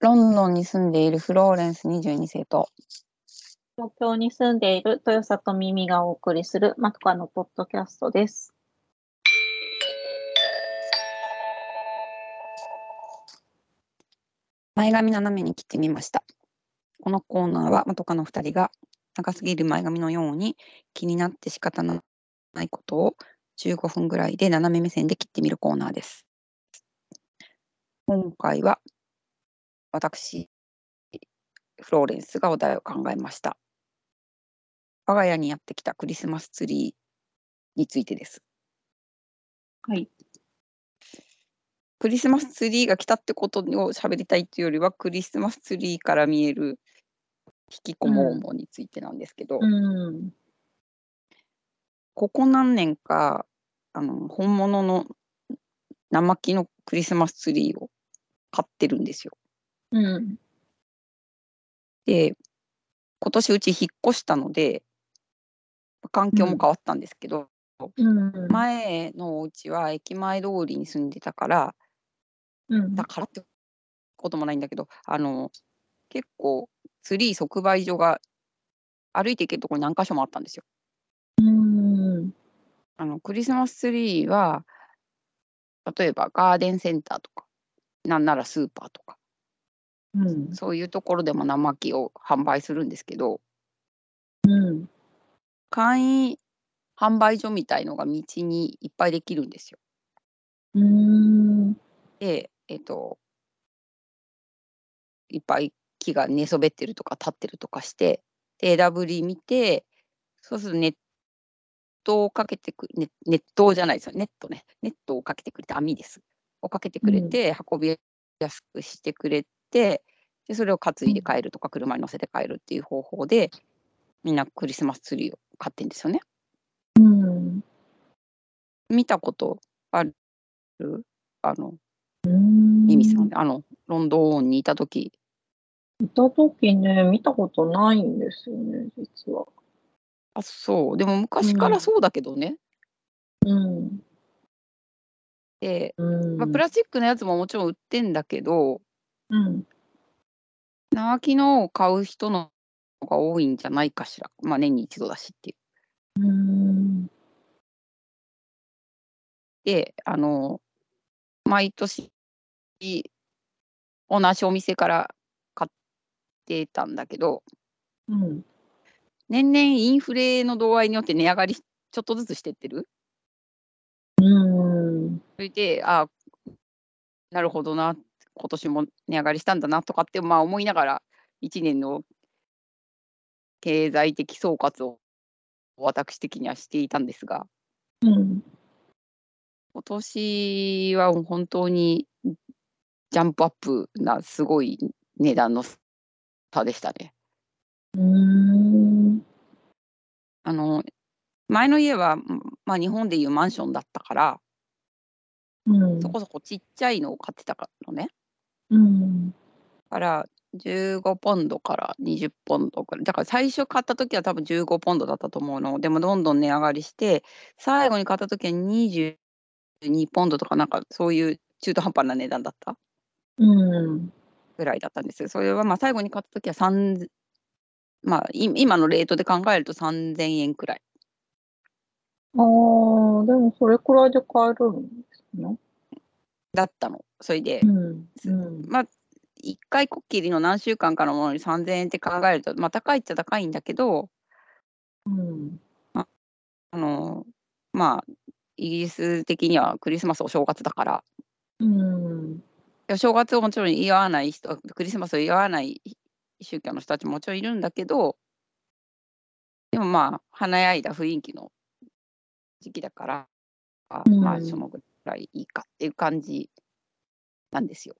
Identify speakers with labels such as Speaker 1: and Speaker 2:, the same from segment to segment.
Speaker 1: ロンドンに住んでいるフローレンス22世と、
Speaker 2: 東京に住んでいる豊里耳がお送りするマトカのポッドキャストです。
Speaker 1: 前髪斜めに切ってみました。このコーナーは、まとかの2人が、長すぎる前髪のように気になって仕方のないことを15分ぐらいで斜め目線で切ってみるコーナーです。今回は、私、フローレンスがお題を考えました。我が家にやってきたクリスマスツリーについてです。
Speaker 2: はい。
Speaker 1: クリスマスツリーが来たってことを喋りたいというよりはクリスマスツリーから見える引きこもごもについてなんですけど、
Speaker 2: うん。
Speaker 1: ここ何年かあの本物の生木のクリスマスツリーを買ってるんですよ。
Speaker 2: うん。
Speaker 1: で今年うち引っ越したので環境も変わったんですけど、
Speaker 2: うん。
Speaker 1: 前のお家は駅前通りに住んでたから
Speaker 2: うん
Speaker 1: だからってこともないんだけどあの結構ツリー即売所が歩いていけるところに何箇所もあったんですよ。
Speaker 2: うん。
Speaker 1: あのクリスマスツリーは例えばガーデンセンターとかなんならスーパーとか
Speaker 2: うん。
Speaker 1: そういうところでも生木を販売するんですけど
Speaker 2: うん。
Speaker 1: 簡易販売所みたいのが道にいっぱいできるんですよ。
Speaker 2: うん。
Speaker 1: で、えっと、いっぱい木が寝そべってるとか立ってるとかして、で、枝ぶり見て、そうするとネットをかけてく、ね、ネットじゃないですよ、ネットね、ネットをかけてくれて、網です。をかけてくれて、運びやすくしてくれて、で、それを担いで帰るとか、車に乗せて帰るっていう方法で、みんなクリスマスツリーを買ってんですよね。
Speaker 2: うん。
Speaker 1: 見たことあるあの、
Speaker 2: うん。
Speaker 1: ミミさん、あの、ロンドンにいた時
Speaker 2: いた時ね、見たことないんですよね、実は。
Speaker 1: あそうでも昔からそうだけどね、
Speaker 2: うん。
Speaker 1: で、
Speaker 2: うん。
Speaker 1: まあ、プラスチックのやつももちろん売ってんだけど
Speaker 2: うん。
Speaker 1: 生木のを買う人の方が多いんじゃないかしらまあ年に一度だしっていう。
Speaker 2: うん。
Speaker 1: であの毎年同じお店から買ってたんだけど
Speaker 2: うん。
Speaker 1: 年々インフレの度合いによって値上がりしちょっとずつしてってる
Speaker 2: うん。
Speaker 1: それで、あなるほどな、今年も値上がりしたんだなとかって、まあ、思いながら、1年の経済的総括を私的にはしていたんですが、
Speaker 2: うん。
Speaker 1: 今年は本当にジャンプアップな、すごい値段の差でしたね。
Speaker 2: うん。
Speaker 1: あの前の家は、まあ、日本でいうマンションだったから、
Speaker 2: うん
Speaker 1: そこそこちっちゃいのを買ってたのね。
Speaker 2: うん。
Speaker 1: から15ポンドから20ポンドくらいだから最初買った時は多分15ポンドだったと思うのでもどんどん値上がりして最後に買った時は22ポンドとかなんかそういう中途半端な値段だった
Speaker 2: うん。
Speaker 1: ぐらいだったんですよそれはまあ最後に買った時は3まあい今のレートで考えると3000円くらい
Speaker 2: ああ、でもそれくらいで買えるんですね。
Speaker 1: だったのそれで
Speaker 2: うん。うん。
Speaker 1: まあ1回こっきりの何週間かのものに3000円って考えるとまあ高いっちゃ高いんだけど
Speaker 2: うん。
Speaker 1: あのまあイギリス的にはクリスマスお正月だから
Speaker 2: うん。
Speaker 1: お正月をもちろん祝わない人クリスマスを祝わない宗教の人たちももちろんいるんだけどでもまあ華やいだ雰囲気の時期だから、
Speaker 2: うん
Speaker 1: まあそのぐらいいいかっていう感じなんですよ。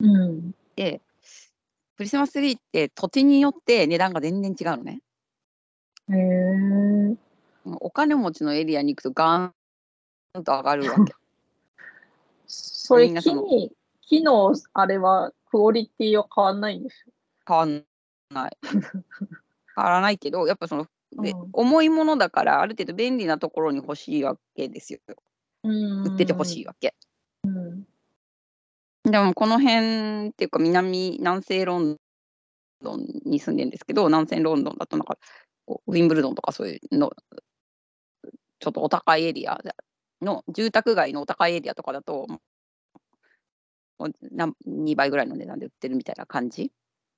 Speaker 2: うん。
Speaker 1: でクリスマスツリーって土地によって値段が全然違うのね。
Speaker 2: へえ。
Speaker 1: お金持ちのエリアに行くとガーンと上がるわ け。
Speaker 2: それ
Speaker 1: みんな
Speaker 2: 木
Speaker 1: その
Speaker 2: に、木のあれはクオリティは変わんないんですよ。
Speaker 1: 変わんない変わらないけどやっぱその、べ
Speaker 2: うん
Speaker 1: 重いものだからある程度便利なところに欲しいわけですよ
Speaker 2: うん
Speaker 1: 売ってて欲しいわけ、
Speaker 2: うん。
Speaker 1: でもこの辺っていうか南南西ロンドンに住んでるんですけど南西ロンドンだとなんかこうウィンブルドンとかそういうのちょっとお高いエリアの住宅街のお高いエリアとかだと2倍ぐらいの値段で売ってるみたいな感じ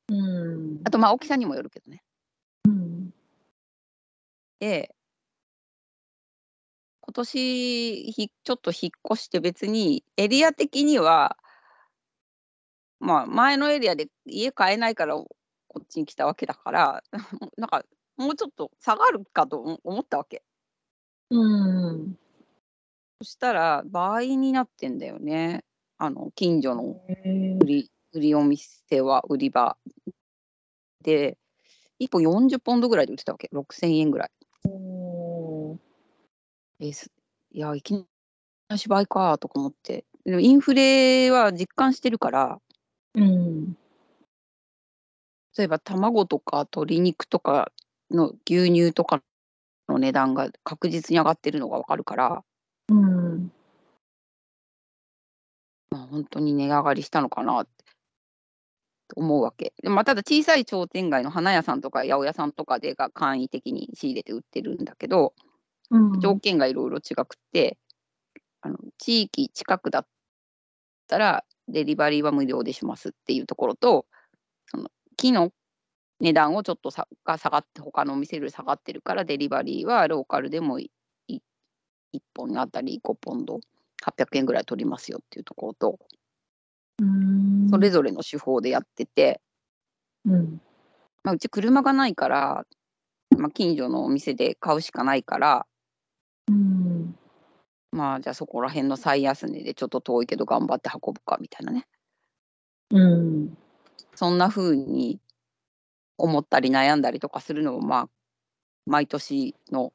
Speaker 2: うん
Speaker 1: あとまあ大きさにもよるけどね
Speaker 2: うん。
Speaker 1: で今年ひちょっと引っ越して別にエリア的にはまあ前のエリアで家買えないからこっちに来たわけだから なんかもうちょっと下がるかと思思ったわけ
Speaker 2: うん。
Speaker 1: そしたら倍になってんだよねあの近所の売り売りお店は売り場で1本40ポンドぐらいで売ってたわけ6000円ぐらい。
Speaker 2: おー
Speaker 1: えすいや、いきなり倍かとか思って。でもインフレは実感してるから、
Speaker 2: うん。
Speaker 1: 例えば卵とか鶏肉とかの牛乳とかの値段が確実に上がってるのがわかるから、
Speaker 2: うん。
Speaker 1: まあ、本当に値上がりしたのかなって思うわけ。でまあ、ただ小さい商店街の花屋さんとか八百屋さんとかでが簡易的に仕入れて売ってるんだけど、
Speaker 2: うん
Speaker 1: 条件がいろいろ違くて、あの地域近くだったらデリバリーは無料でしますっていうところとその木の値段をちょっとさが下がって他のお店より下がってるからデリバリーはローカルでもいい1本あたり5ポンド800円ぐらい取りますよっていうところと
Speaker 2: うん
Speaker 1: それぞれの手法でやってて、
Speaker 2: うん。
Speaker 1: まあ、うち車がないから、まあ、近所のお店で買うしかないから
Speaker 2: うん。
Speaker 1: まあじゃあそこら辺の最安値でちょっと遠いけど頑張って運ぶかみたいなね
Speaker 2: うん。
Speaker 1: そんな風に思ったり悩んだりとかするのもまあ毎年の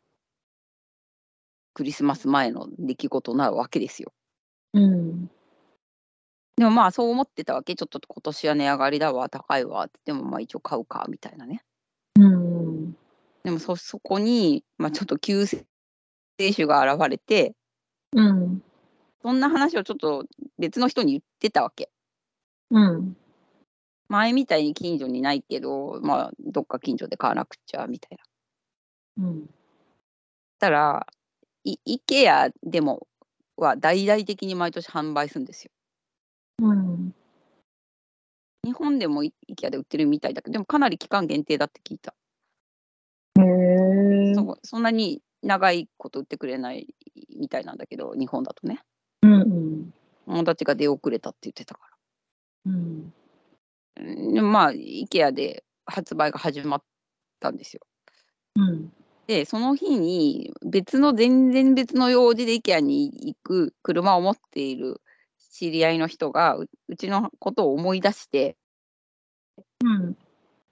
Speaker 1: クリスマス前の出来事なわけですよ。
Speaker 2: うん。
Speaker 1: でもまあそう思ってたわけちょっと今年は値上がりだわ高いわってでもまあ一応買うかみたいなね。
Speaker 2: うん。
Speaker 1: でもそそこに、まあ、ちょっと救世主が現れて
Speaker 2: うん。
Speaker 1: そんな話をちょっと別の人に言ってたわけ。
Speaker 2: うん。
Speaker 1: 前みたいに近所にないけど、まあ、どっか近所で買わなくちゃみたいな。そ
Speaker 2: うん。
Speaker 1: したら、い IKEA でもは大々的に毎年販売するんですよ。
Speaker 2: うん。
Speaker 1: 日本でもい IKEA で売ってるみたいだけど、でもかなり期間限定だって聞いた。
Speaker 2: へえ。
Speaker 1: そそんなに長いこと売ってくれないみたいなんだけど、日本だとね。
Speaker 2: うんうん。
Speaker 1: 友達が出遅れたって言ってたか
Speaker 2: うん。
Speaker 1: ら。うんでもまあ、IKEA で発売が始まったんですよ。
Speaker 2: うん。
Speaker 1: でその日に別の全然別の用事で IKEA に行く車を持っている知り合いの人がううちのことを思い出して
Speaker 2: うん。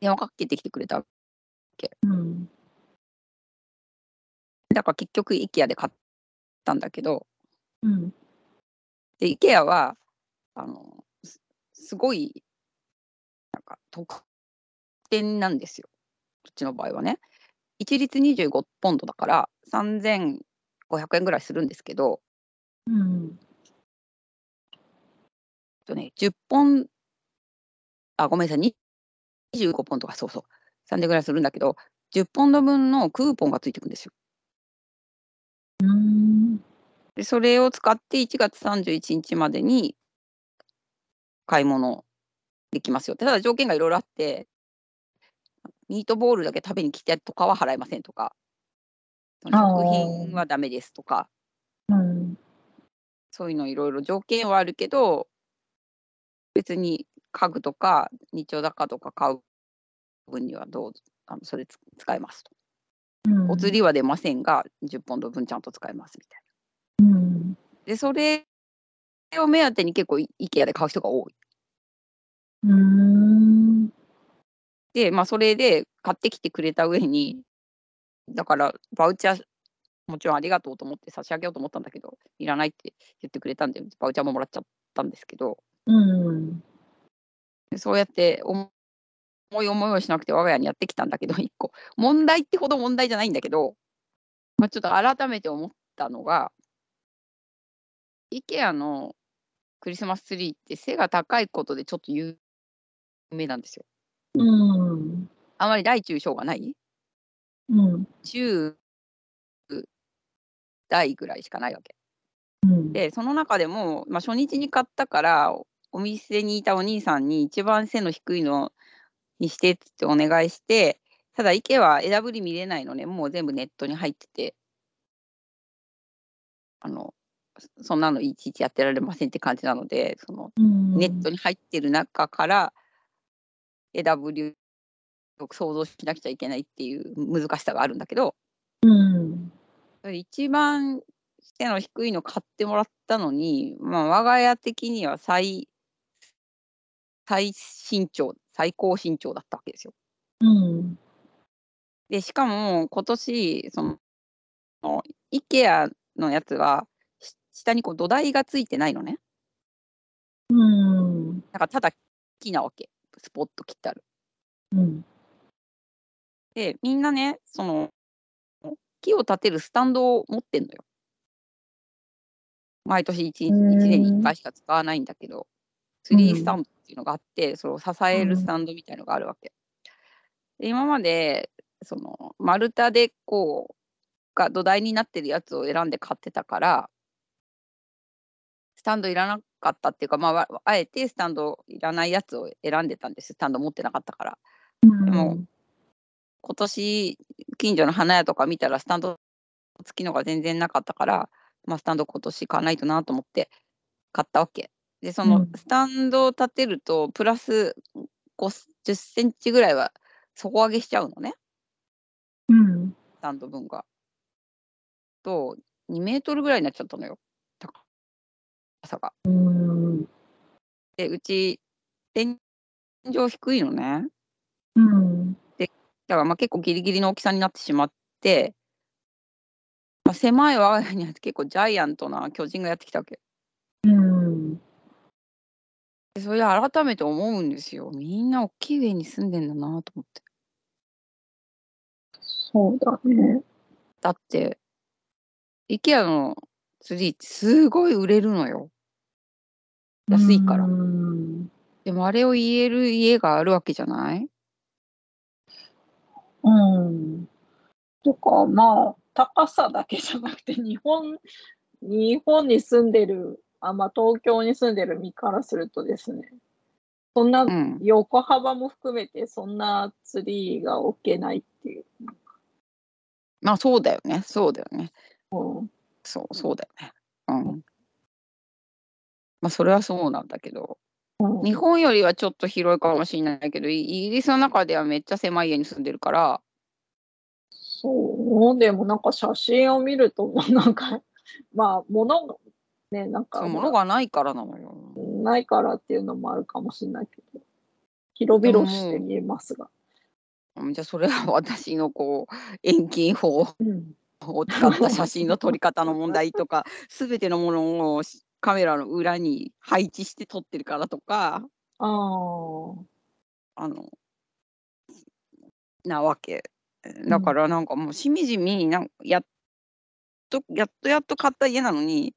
Speaker 1: 電話かけてきてくれた
Speaker 2: うん。
Speaker 1: だから結局 IKEA で買ったんだけど
Speaker 2: うん。
Speaker 1: で IKEA はあのすすごいなんか特典なんですようちの場合はね一律25ポンドだから3500円ぐらいするんですけど
Speaker 2: うん。
Speaker 1: えっとね、10本、あ、ごめんなさい、25ポンとか、そうそう、300ぐらいするんだけど、10ポンド分のクーポンがついてくるんですよ。
Speaker 2: うん。
Speaker 1: で、それを使って1月31日までに買い物できますよって。ただ条件がいろいろあって、ミートボールだけ食べに来てとかは払えませんとか、その食品はダメですとか、
Speaker 2: うん。
Speaker 1: そういうのいろいろ条件はあるけど、別に家具とか日用高とか買う分にはどうぞあのそれつ使えますと。
Speaker 2: うん。
Speaker 1: お釣りは出ませんが、10ポンド分ちゃんと使えますみたい
Speaker 2: うん。
Speaker 1: な。で、それを目当てに結構い IKEA で買う人が多い。
Speaker 2: うん。
Speaker 1: で、まあそれで買ってきてくれた上に、だからバウチャーもちろんありがとうと思って差し上げようと思ったんだけど、いらないって言ってくれたんで、バウチャーももらっちゃったんですけど、
Speaker 2: うん。
Speaker 1: でそうやって思い思いをしなくて我が家にやってきたんだけど、一 個。問題ってほど問題じゃないんだけど、まあ、ちょっと改めて思ったのが、IKEA のクリスマスツリーって背が高いことでちょっと有名なんですよ。
Speaker 2: うん。
Speaker 1: あまり大中小がない
Speaker 2: うん。
Speaker 1: 中大ぐらいしかないわけ。
Speaker 2: うん。
Speaker 1: でその中でも、まあ、初日に買ったからおお店にいたお兄さんに一番背の低いのにしてっつってお願いしてただ池は枝ぶり見れないのねもう全部ネットに入っててあのそそんなのいちいちやってられませんって感じなのでその
Speaker 2: うん
Speaker 1: ネットに入ってる中から枝ぶりを想像しなくちゃいけないっていう難しさがあるんだけど
Speaker 2: うん。
Speaker 1: 一番背の低いの買ってもらったのに、まあ、我が家的には最最身長最高身長だったわけですよ。
Speaker 2: うん。
Speaker 1: でしかも今年そのその IKEA のやつはし下にこう土台がついてないのね。
Speaker 2: うん。
Speaker 1: なんかただ木なわけスポッと切ってある。
Speaker 2: うん。
Speaker 1: でみんなねその木を立てるスタンドを持ってんのよ。毎年 1,
Speaker 2: うん
Speaker 1: 年に1回しか使わないんだけどツリ
Speaker 2: う
Speaker 1: ー
Speaker 2: ん
Speaker 1: スタンドっていうのがあってそれを支えるスタンドみたいのがあるわけ。で今までその丸太でこうが土台になってるやつを選んで買ってたからスタンドいらなかったっていうか、まあわ、あえてスタンドいらないやつを選んでたんですスタンド持ってなかったから。
Speaker 2: うん
Speaker 1: でも今年近所の花屋とか見たらスタンド付きのが全然なかったから、まあ、スタンド今年買わないとなと思って買ったわけでそうの
Speaker 2: ん
Speaker 1: スタンドを立てるとプラス5 0センチぐらいは底上げしちゃうのね
Speaker 2: うん。
Speaker 1: スタンド分が。と2メートルぐらいになっちゃったのよ高さが。
Speaker 2: うん。
Speaker 1: でうち天井低いのね
Speaker 2: うん。
Speaker 1: だからまあ結構ギリギリの大きさになってしまって、まあ、狭い我が家には結構ジャイアントな巨人がやってきたわけ。
Speaker 2: うん。
Speaker 1: でそれで改めて思うんですよ。みんな大きい家に住んでんだなと思って。
Speaker 2: そうだね。
Speaker 1: だって、IKEA のツリーってすごい売れるのよ。安いから。
Speaker 2: うん。
Speaker 1: でもあれを言える家があるわけじゃない
Speaker 2: うん。とか、まあ、高さだけじゃなくて、日本、日本に住んでる、あ、まあ、東京に住んでる身からするとですね、そんな
Speaker 1: うん。
Speaker 2: 横幅も含めて、そんなツリーが置けないっていう。
Speaker 1: まあそうだよね。そうだよね。
Speaker 2: うん、
Speaker 1: そう、そうだよね。うん。まあそれはそうなんだけど。
Speaker 2: うん
Speaker 1: 日本よりはちょっと広いかもしれないけどイイギリスの中ではめっちゃ狭い家に住んでるから
Speaker 2: そう、でもなんか写真を見ると、もうなんか、 まあ、物が、ね、なん
Speaker 1: そ
Speaker 2: か、
Speaker 1: う物がないからなのよ。
Speaker 2: ないからっていうのもあるかもしれないけど、広々して見えますが。
Speaker 1: うんじゃあそれは私のこう遠近法
Speaker 2: うん
Speaker 1: を使った写真の撮り方の問題とか全てのものをしカメラの裏に配置して撮ってるからとか
Speaker 2: ああ。
Speaker 1: あのなわけだからなんかもうしみじみなんやっとやっとやっと買った家なのに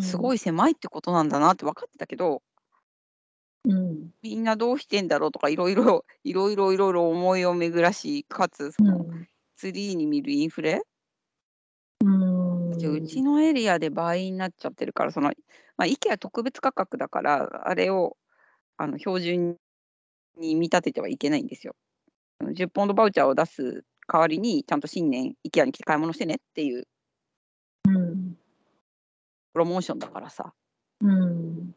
Speaker 1: すご
Speaker 2: い。
Speaker 1: い狭いってことなんだなって分かってたけど。
Speaker 2: うん。
Speaker 1: みんなどうしてんだろうとかいろいろいろいろいろいろ思いを巡らしかつそのツリーに見るインフレ、
Speaker 2: うん。
Speaker 1: うちのエリアで倍になっちゃってるからその、まあ、IKEA 特別価格だからあれをあの標準に見立ててはいけないんですよ。あの10ポンドバウチャーを出す代わりにちゃんと新年 IKEA に来て買い物してねっていう
Speaker 2: うん。
Speaker 1: プロモーションだからさ
Speaker 2: うん。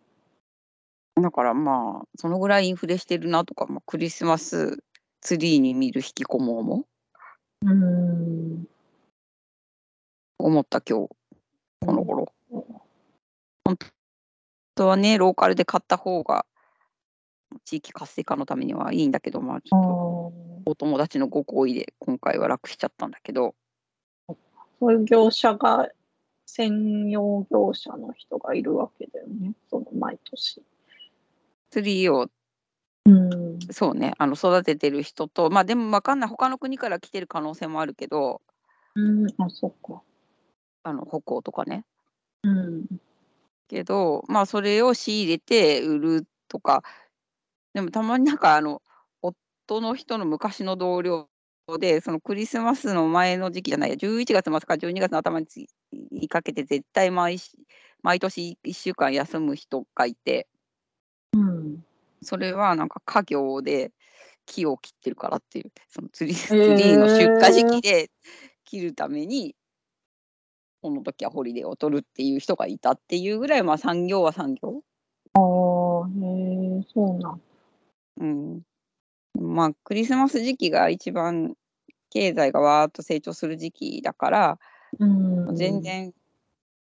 Speaker 1: だからまあそのぐらいインフレしてるなとか、まあ、クリスマスツリーに見る引きこもも
Speaker 2: うん。
Speaker 1: 思った今日この頃。本当はね、ローカルで買った方が、地域活性化のためにはいいんだけど、まあ、ち
Speaker 2: ああ
Speaker 1: ょっとお友達のご好意で今回は楽しちゃったんだけど、
Speaker 2: そういう業者が、専用業者の人がいるわけだよね。その毎年。
Speaker 1: ツリーを、
Speaker 2: うん。
Speaker 1: そうね、あの育ててる人と、まあでもわかんない、他の国から来てる可能性もあるけど、
Speaker 2: うん。あ、そっか。
Speaker 1: あの北欧とかね、
Speaker 2: うん。
Speaker 1: けど、まあ、それを仕入れて売るとか、でもたまになんか、あの、夫の人の昔の同僚で、そのクリスマスの前の時期じゃないや、11月末から12月の頭につにかけて、絶対毎し毎年1週間休む人がいて、
Speaker 2: うん。
Speaker 1: それはなんか家業で木を切ってるからっていう、そのツリーツ
Speaker 2: へー
Speaker 1: リーの出荷時期で切るために、この時はホリデーを取るっていう人がいたっていうぐらい、まあ産業は産業。
Speaker 2: ああ、へえ、そうなん。
Speaker 1: うん。まあクリスマス時期が一番経済がわーっと成長する時期だから、
Speaker 2: うん。
Speaker 1: 全。然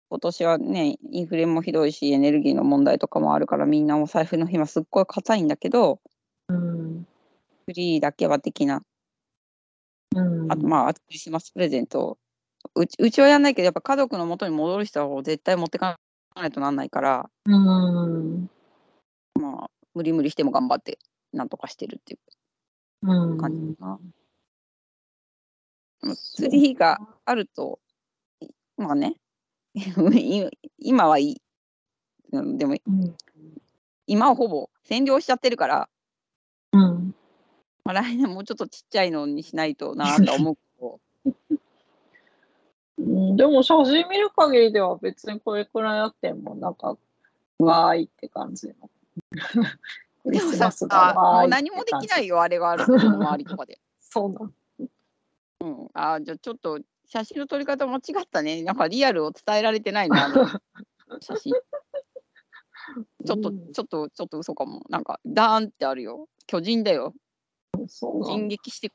Speaker 1: 今年はね、インフレもひどいし、エネルギーの問題とかもあるから、みんなお財布の紐すっごい硬いんだけど、
Speaker 2: うん。
Speaker 1: フリーだけは的な
Speaker 2: うん。
Speaker 1: あとまあ、あとクリスマスプレゼントうちうちはやんないけどやっぱ家族の元に戻る人は絶対持ってかないとなんないから
Speaker 2: うん。
Speaker 1: 無理無理しても頑張ってなんとかしてるっていう
Speaker 2: うん。
Speaker 1: 感じかな。ツリーがあるといまあね 今今はいいうんでも
Speaker 2: うん。
Speaker 1: 今はほぼ占領しちゃってるから、
Speaker 2: うん。
Speaker 1: まあ、来年もうちょっとちっちゃいのにしないとなとは思うけど
Speaker 2: うんでも写真見る限りでは別にこれくらいあってもなんかわーいって感じの。 ク リ
Speaker 1: でも
Speaker 2: ス
Speaker 1: さ
Speaker 2: マスだわーい。
Speaker 1: もう何もできないいよあれがあると周りとかで。
Speaker 2: そうなん。
Speaker 1: うん、あーじゃあちょっと写真の撮り方間違ったね。なんかリアルを伝えられてないな、あの写真。ちょっと、
Speaker 2: うん
Speaker 1: ちょっと、ちょっと嘘かも。なんか、ダーンってあるよ。巨人だよ。
Speaker 2: そうな
Speaker 1: 人
Speaker 2: ん
Speaker 1: 撃して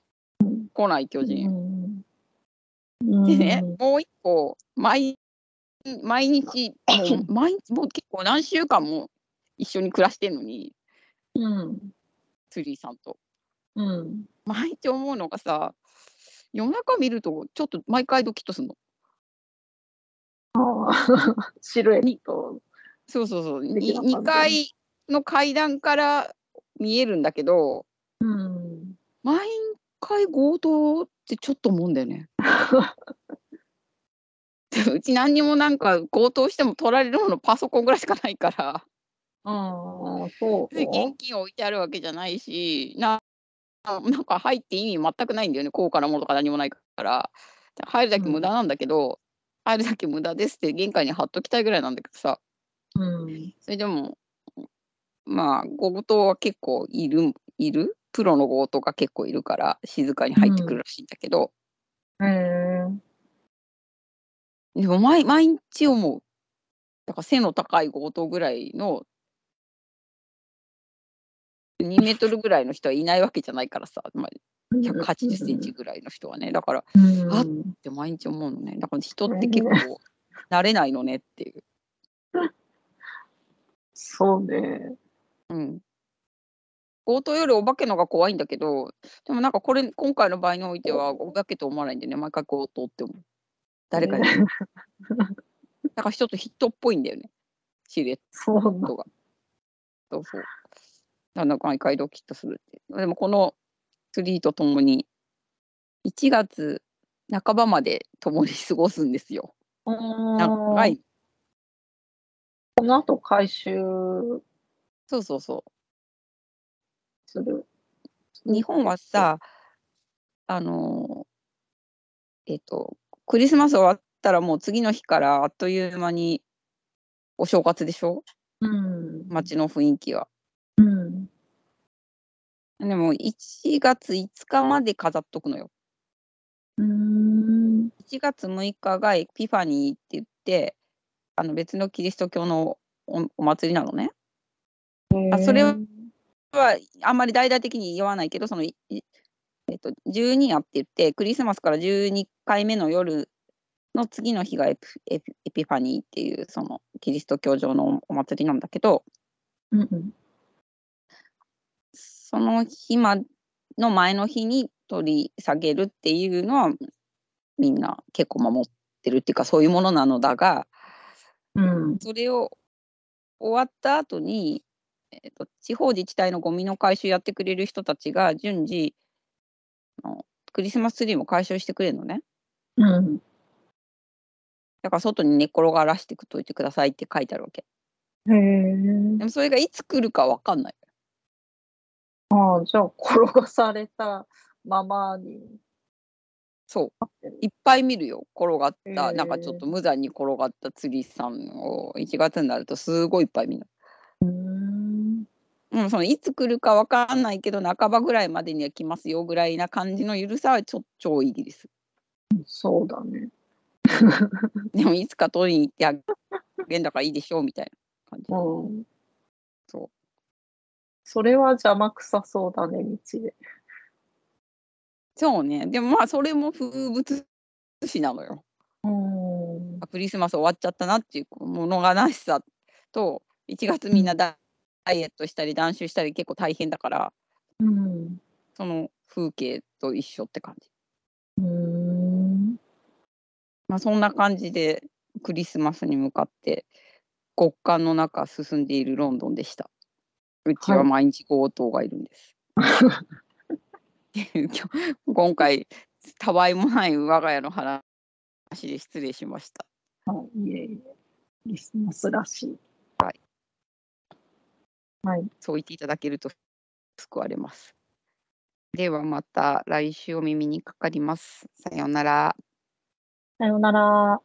Speaker 1: こない巨人。
Speaker 2: うん。
Speaker 1: でね、もう一個、毎毎日、もう毎日、もう結構何週間も一緒に暮らしてんのに、
Speaker 2: うん。
Speaker 1: ツリーさんと。
Speaker 2: うん。
Speaker 1: 毎日思うのがさ、夜中見ると、ちょっと毎回ドキッとするの。
Speaker 2: ああ、シルエット。
Speaker 1: そうそうそう。
Speaker 2: 素敵
Speaker 1: に
Speaker 2: な
Speaker 1: 2
Speaker 2: 感じだね
Speaker 1: 階の階段から見えるんだけど、
Speaker 2: うん。
Speaker 1: 毎回強盗ってちょっと思うんだよ ね。でうち何にもなんか強盗しても取られるものパソコンぐらいしかないから、
Speaker 2: ああ、そう。
Speaker 1: 現金置いてあるわけじゃないし、ななんか入って意味全くないんだよね。高価なものとか何もないから。入るだけ無駄なんだけど、入るだけ無駄ですって玄関に貼っときたいぐらいなんだけどさ。
Speaker 2: うん。
Speaker 1: それでも、まあ、強盗は結構いる、いるプロの強盗が結構いるから、静かに入ってくるらしいんだけど、
Speaker 2: へえ。
Speaker 1: でも毎、毎日思う。だから背の高い強盗ぐらいの、2メートルぐらいの人はいないわけじゃないからさ、まあ、180センチ。ぐらいの人はね、だからっ
Speaker 2: うん。
Speaker 1: あて毎日思うのね。だから人って結構慣れないのねっていう。
Speaker 2: そうね。
Speaker 1: うん。強盗よりお化けのが怖いんだけど、でもなんかこれ、今回の場合においては、お化けと思わないんでね、毎回強盗って思う。誰かに。
Speaker 2: ね
Speaker 1: なんかちょっと人っぽいんだよね。シルエッ
Speaker 2: そうなん
Speaker 1: トが。そうそう。なんだか毎回ドキッとするって。でもこのツリーとともに、1月半ばまで共に過ごすんですよ。
Speaker 2: うん。
Speaker 1: 長い。
Speaker 2: この後回収
Speaker 1: そうそうそう。
Speaker 2: する。
Speaker 1: 日本はさ、あのー、えっと、クリスマス終わったらもう次の日からあっという間にお正月でしょ
Speaker 2: うん。
Speaker 1: 街の雰囲気は。
Speaker 2: うん。
Speaker 1: でも1月5日まで飾っとくのよ。
Speaker 2: うん。
Speaker 1: 1月6日がエピファニーって言って、あの別のキリスト教のおお祭りなのね。あそれははあんまり大々的に言わないけど、その、いいえっと、12夜って言って、クリスマスから12回目の夜の次の日がエピエピエピファニーっていう、そのキリスト教上のお祭りなんだけど、
Speaker 2: うんうん。
Speaker 1: その日まの前の日に取り下げるっていうのは、みんな結構守ってるっていうか、そういうものなのだが、
Speaker 2: うん。
Speaker 1: それを終わった後に、えっと地方自治体のゴミの回収やってくれる人たちが順次あのクリスマスツリーも回収してくれるのね
Speaker 2: うん。
Speaker 1: だから外に寝っ転がらしてくといてくださいって書いてあるわけ
Speaker 2: へえ
Speaker 1: で。もそれがいつ来るかわかんない。
Speaker 2: ああ、じゃあ、転がされたままに
Speaker 1: そう
Speaker 2: なってる。
Speaker 1: いっぱい見るよ転がった、
Speaker 2: へえ
Speaker 1: なんかちょっと無残に転がった釣りさんを1月になるとすごいいっぱい見る。
Speaker 2: うーん。
Speaker 1: うん、そのいつ来るかわかんないけど半ばぐらいまでには来ますよぐらいな感じの緩さはちょ超イギリス
Speaker 2: そうだね。
Speaker 1: でもいつか取りに行ってあげんだからいいでしょうみたいな感じ
Speaker 2: うん。
Speaker 1: そう
Speaker 2: それは邪魔くさそうだね、道で。
Speaker 1: そうねでもまあそれも風物詩なのよ
Speaker 2: うん。
Speaker 1: あクリスマス終わっちゃったなっていう物悲しさと1月みんなダダイエットしたり断酒したり結構大変だから
Speaker 2: うん。
Speaker 1: その風景と一緒って感じ
Speaker 2: うーん。
Speaker 1: まあ、そんな感じでクリスマスに向かって極寒の中進んでいるロンドンでした。うちは毎日強盗がいるんです。今日今回たわいもない我が家の話で失礼しました。
Speaker 2: はい、いえいえ。クリスマスらしい。
Speaker 1: はい。
Speaker 2: はい。
Speaker 1: そう言っていただけると救われます。ではまた来週お耳にかかります。さようなら。
Speaker 2: さようなら。